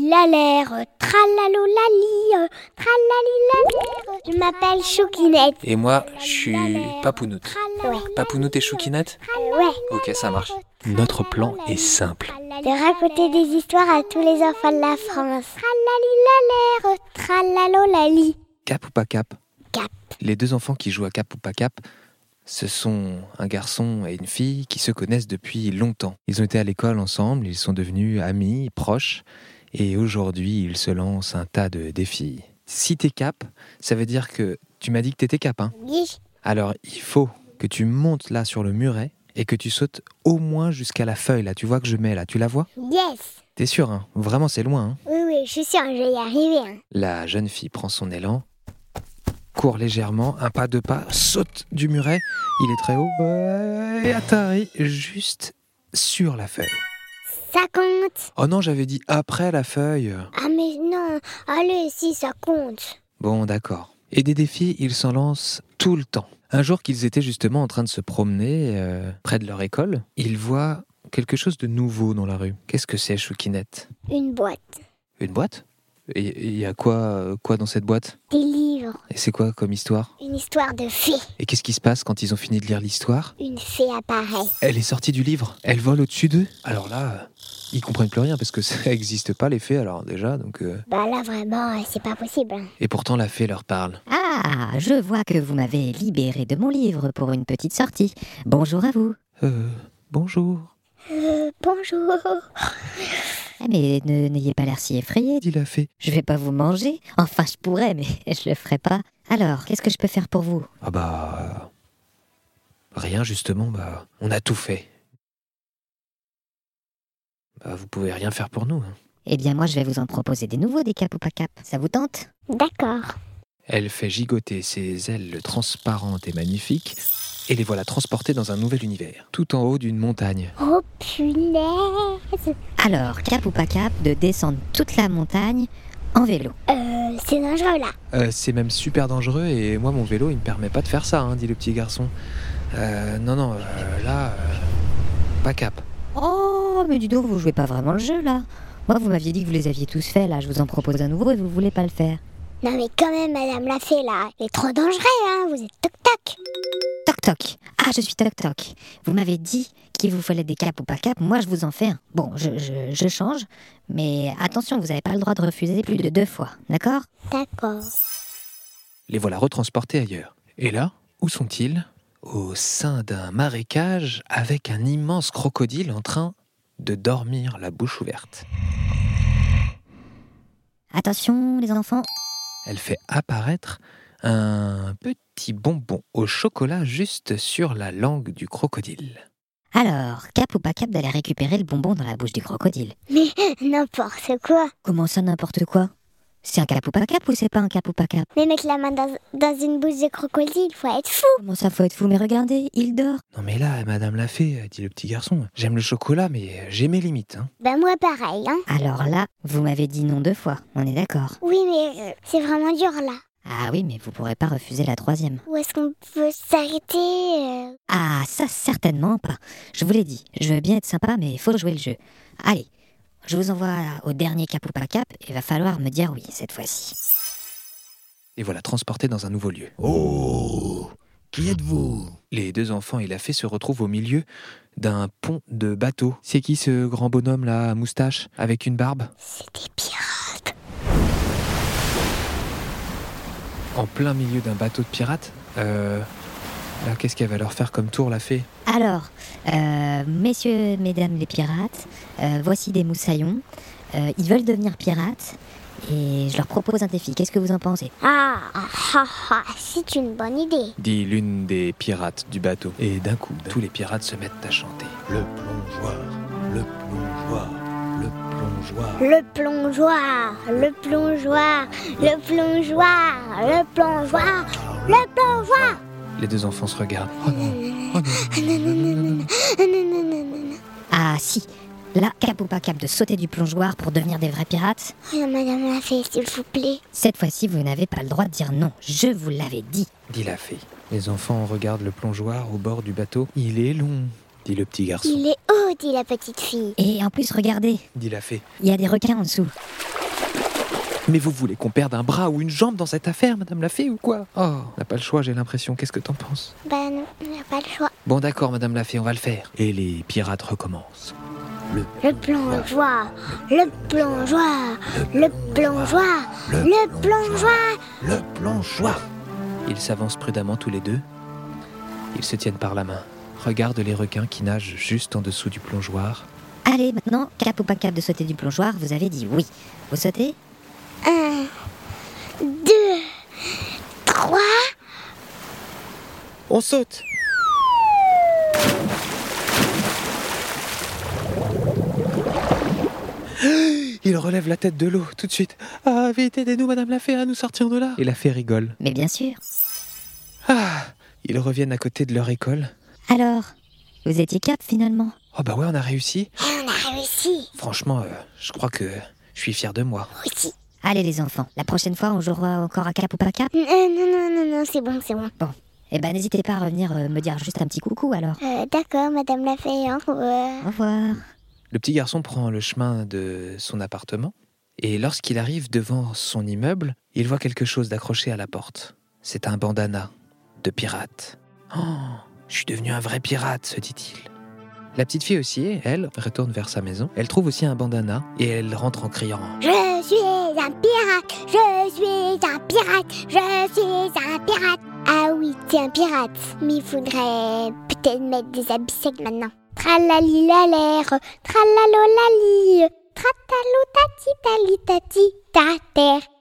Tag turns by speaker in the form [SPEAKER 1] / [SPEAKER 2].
[SPEAKER 1] Tralalilalère, tralalolali, tralalilalère. Je m'appelle Choukinette.
[SPEAKER 2] Et moi, je suis Papounoute.
[SPEAKER 1] Ouais.
[SPEAKER 2] Papounoute et Choukinette
[SPEAKER 1] Ouais,
[SPEAKER 2] Ok, ça marche. Notre plan est simple.
[SPEAKER 1] de raconter des histoires à tous les enfants de la France. Tralalilalère, tralalolali.
[SPEAKER 2] Cap ou pas cap
[SPEAKER 1] Cap.
[SPEAKER 2] Les deux enfants qui jouent à cap ou pas cap, ce sont un garçon et une fille qui se connaissent depuis longtemps. Ils ont été à l'école ensemble, ils sont devenus amis, proches, et aujourd'hui ils se lancent un tas de défis. Si t'es cap, ça veut dire que tu m'as dit que t'étais cap, hein
[SPEAKER 1] Oui,
[SPEAKER 2] Alors il faut que tu montes là sur le muret et que tu sautes au moins jusqu'à la feuille là. Tu vois que je mets là, tu la vois
[SPEAKER 1] yes.
[SPEAKER 2] T'es sûr, hein Vraiment c'est loin, hein
[SPEAKER 1] Oui, oui, je suis sûre, je vais y arriver. hein.
[SPEAKER 2] La jeune fille prend son élan, court légèrement, un pas, deux pas, saute du muret. Il est très haut ouais, et atterrit juste sur la feuille.
[SPEAKER 1] Ça compte
[SPEAKER 2] Oh non, j'avais dit après la feuille.
[SPEAKER 1] Ah, mais non. Allez, si, ça compte.
[SPEAKER 2] Bon, d'accord. Et des défis, ils s'en lancent tout le temps. Un jour qu'ils étaient justement en train de se promener euh, près de leur école, ils voient quelque chose de nouveau dans la rue. Qu'est-ce que c'est, Choukinette
[SPEAKER 1] Une boîte,
[SPEAKER 2] Une boîte Et et il y a quoi, euh, quoi dans cette boîte
[SPEAKER 1] des livres,
[SPEAKER 2] Et c'est quoi comme histoire
[SPEAKER 1] une histoire de fée.
[SPEAKER 2] Et qu'est-ce qui se passe quand ils ont fini de lire l'histoire
[SPEAKER 1] Une fée apparaît.
[SPEAKER 2] Elle est sortie du livre, elle vole au-dessus d'eux. Alors là, euh, ils comprennent plus rien parce que ça n'existe pas les faits alors déjà. Donc euh,
[SPEAKER 1] Bah là, vraiment, euh, c'est pas possible. hein.
[SPEAKER 2] et pourtant la fée leur parle.
[SPEAKER 3] Ah, je vois que vous m'avez libéré de mon livre pour une petite sortie. Bonjour à vous.
[SPEAKER 2] Euh, bonjour,
[SPEAKER 1] Euh, bonjour.
[SPEAKER 3] Ah, Mais ne- n'ayez pas l'air si effrayé.
[SPEAKER 2] dit la fée.
[SPEAKER 3] Je vais pas vous manger. Enfin, je pourrais, mais je le ferai pas. Alors, qu'est-ce que je peux faire pour vous
[SPEAKER 2] Ah bah euh, rien justement, bah on a tout fait. Bah vous pouvez rien faire pour nous. hein.
[SPEAKER 3] Eh bien, moi, je vais vous en proposer des nouveaux, des cap ou pas cap. Ça vous tente
[SPEAKER 1] D'accord.
[SPEAKER 2] Elle fait gigoter ses ailes transparentes et magnifiques et les voilà transportées dans un nouvel univers, tout en haut d'une montagne.
[SPEAKER 1] Oh punaise.
[SPEAKER 3] Alors, cap ou pas cap de descendre toute la montagne en vélo.
[SPEAKER 1] Euh, c'est dangereux là.
[SPEAKER 2] Euh, c'est même super dangereux et moi mon vélo il me permet pas de faire ça, hein, dit le petit garçon. Euh, non non, euh, là, euh, pas cap.
[SPEAKER 3] Oh, mais dis donc, vous jouez pas vraiment le jeu, là. Moi, vous m'aviez dit que vous les aviez tous faits, là. Je vous en propose un nouveau et vous voulez pas le faire.
[SPEAKER 1] Non mais quand même, madame la fée là, il est trop dangereux, hein. Vous êtes toc-toc.
[SPEAKER 3] Toc toc. Ah, je suis toc toc. Vous m'avez dit qu'il vous fallait des caps ou pas caps. Moi, je vous en fais un. Bon, je, je- je change. Mais attention, vous n'avez pas le droit de refuser plus de deux fois. D'accord
[SPEAKER 1] D'accord.
[SPEAKER 2] Les voilà retransportés ailleurs. Et là, où sont-ils Au sein d'un marécage avec un immense crocodile en train de dormir la bouche ouverte.
[SPEAKER 3] Attention, les enfants.
[SPEAKER 2] Elle fait apparaître un petit bonbon au chocolat juste sur la langue du crocodile.
[SPEAKER 3] Alors, cap ou pas cap d'aller récupérer le bonbon dans la bouche du crocodile
[SPEAKER 1] N'importe quoi.
[SPEAKER 3] Comment ça, n'importe quoi C'est un cap ou pas cap ou c'est pas un cap ou pas cap
[SPEAKER 1] Mais mettre la main dans, dans une bouche de crocodile, faut être fou.
[SPEAKER 3] Comment ça, faut être fou Mais regardez, il dort.
[SPEAKER 2] Non mais là, Madame la Fée, dit le petit garçon, j'aime le chocolat, mais j'ai mes limites. hein.
[SPEAKER 1] Bah moi pareil, hein.
[SPEAKER 3] Alors là, vous m'avez dit non deux fois. On est d'accord.
[SPEAKER 1] Oui mais euh, c'est vraiment dur là.
[SPEAKER 3] Ah oui, mais vous pourrez pas refuser la troisième.
[SPEAKER 1] Où est-ce qu'on peut s'arrêter euh
[SPEAKER 3] Ah, ça certainement pas. Je vous l'ai dit, je veux bien être sympa, mais il faut jouer le jeu. Allez, je vous envoie au dernier cap ou pas cap, et va falloir me dire oui cette fois-ci.
[SPEAKER 2] Les voilà transportés dans un nouveau lieu.
[SPEAKER 4] Oh Qui êtes-vous
[SPEAKER 2] Les deux enfants et la fée se retrouvent au milieu d'un pont de bateau. C'est qui ce grand bonhomme là, à moustache, avec une barbe
[SPEAKER 1] C'est des pirates.
[SPEAKER 2] en plein milieu d'un bateau de pirates. Euh, là, qu'est-ce qu'elle va leur faire comme tour, la fée
[SPEAKER 3] Alors, euh, messieurs, mesdames les pirates, euh, voici des moussaillons. Euh, ils veulent devenir pirates, et je leur propose un défi. Qu'est-ce que vous en pensez
[SPEAKER 1] Ah, ah, ah, ah, c'est une bonne idée.
[SPEAKER 2] dit l'une des pirates du bateau. Et d'un coup, tous les pirates se mettent à chanter.
[SPEAKER 4] Le plongeoir, le plongeoir, le plongeoir.
[SPEAKER 1] Le plongeoir, le plongeoir, le plongeoir, le plongeoir, le plongeoir.
[SPEAKER 2] Les deux enfants se regardent. Oh non, oh non.
[SPEAKER 1] Ah, non, non, non, non, non. Ah, non, non, non, non, non.
[SPEAKER 3] Ah si, là, cap ou pas cap de sauter du plongeoir pour devenir des vrais pirates.
[SPEAKER 1] Oh, madame la fée, s'il vous plaît.
[SPEAKER 3] Cette fois-ci, vous n'avez pas le droit de dire non. Je vous l'avais dit.
[SPEAKER 2] dit la fée. Les enfants regardent le plongeoir au bord du bateau. Il est long, dit le petit garçon.
[SPEAKER 1] Il est haut, nous, dit la petite fille.
[SPEAKER 3] Et en plus, regardez,
[SPEAKER 2] dit la fée.
[SPEAKER 3] il y a des requins en dessous.
[SPEAKER 2] Mais vous voulez qu'on perde un bras ou une jambe dans cette affaire, madame la fée, ou quoi Oh, on n'a pas le choix, j'ai l'impression. Qu'est-ce que t'en penses
[SPEAKER 1] Ben non, on n'a pas le choix.
[SPEAKER 2] Bon, d'accord, madame la fée, on va le faire. Et les pirates recommencent.
[SPEAKER 1] Le plongeoir, le plongeoir, le plongeoir, le plongeoir.
[SPEAKER 4] Le plongeoir.
[SPEAKER 2] Ils s'avancent prudemment tous les deux. Ils se tiennent par la main. Regardent les requins qui nagent juste en dessous du plongeoir.
[SPEAKER 3] Allez, maintenant, cap ou pas cap de sauter du plongeoir, vous avez dit oui. Vous sautez
[SPEAKER 1] Un, deux, trois.
[SPEAKER 2] On saute Il relève la tête de l'eau tout de suite. Ah, vite, aidez-nous, madame la fée, à nous sortir de là Et la fée rigole.
[SPEAKER 3] Mais bien sûr.
[SPEAKER 2] Ah Ils reviennent à côté de leur école.
[SPEAKER 3] Alors, vous étiez cap finalement
[SPEAKER 2] Oh bah ouais, on a réussi.
[SPEAKER 1] Et on a réussi.
[SPEAKER 2] Franchement, euh, je crois que je suis fier de moi.
[SPEAKER 1] Aussi.
[SPEAKER 3] Allez les enfants, la prochaine fois on jouera encore à cap ou pas cap
[SPEAKER 1] Euh, non, non, non, non, c'est bon, c'est bon.
[SPEAKER 3] Eh ben n'hésitez pas à revenir euh, me dire juste un petit coucou alors.
[SPEAKER 1] Euh, D'accord, Madame la Fée. hein, euh,
[SPEAKER 3] Au revoir.
[SPEAKER 2] Le petit garçon prend le chemin de son appartement et lorsqu'il arrive devant son immeuble, il voit quelque chose d'accroché à la porte. C'est un bandana de pirate. Oh, je suis devenu un vrai pirate, se dit-il. La petite fille aussi, elle, retourne vers sa maison. Elle trouve aussi un bandana et elle rentre en criant.
[SPEAKER 1] Je suis un pirate, je suis un pirate, je suis un pirate. Ah oui, t'es un pirate, mais il faudrait peut-être mettre des habits secs maintenant. Tralalilalère, tralalolali, tratalou tati tali tati ta terre,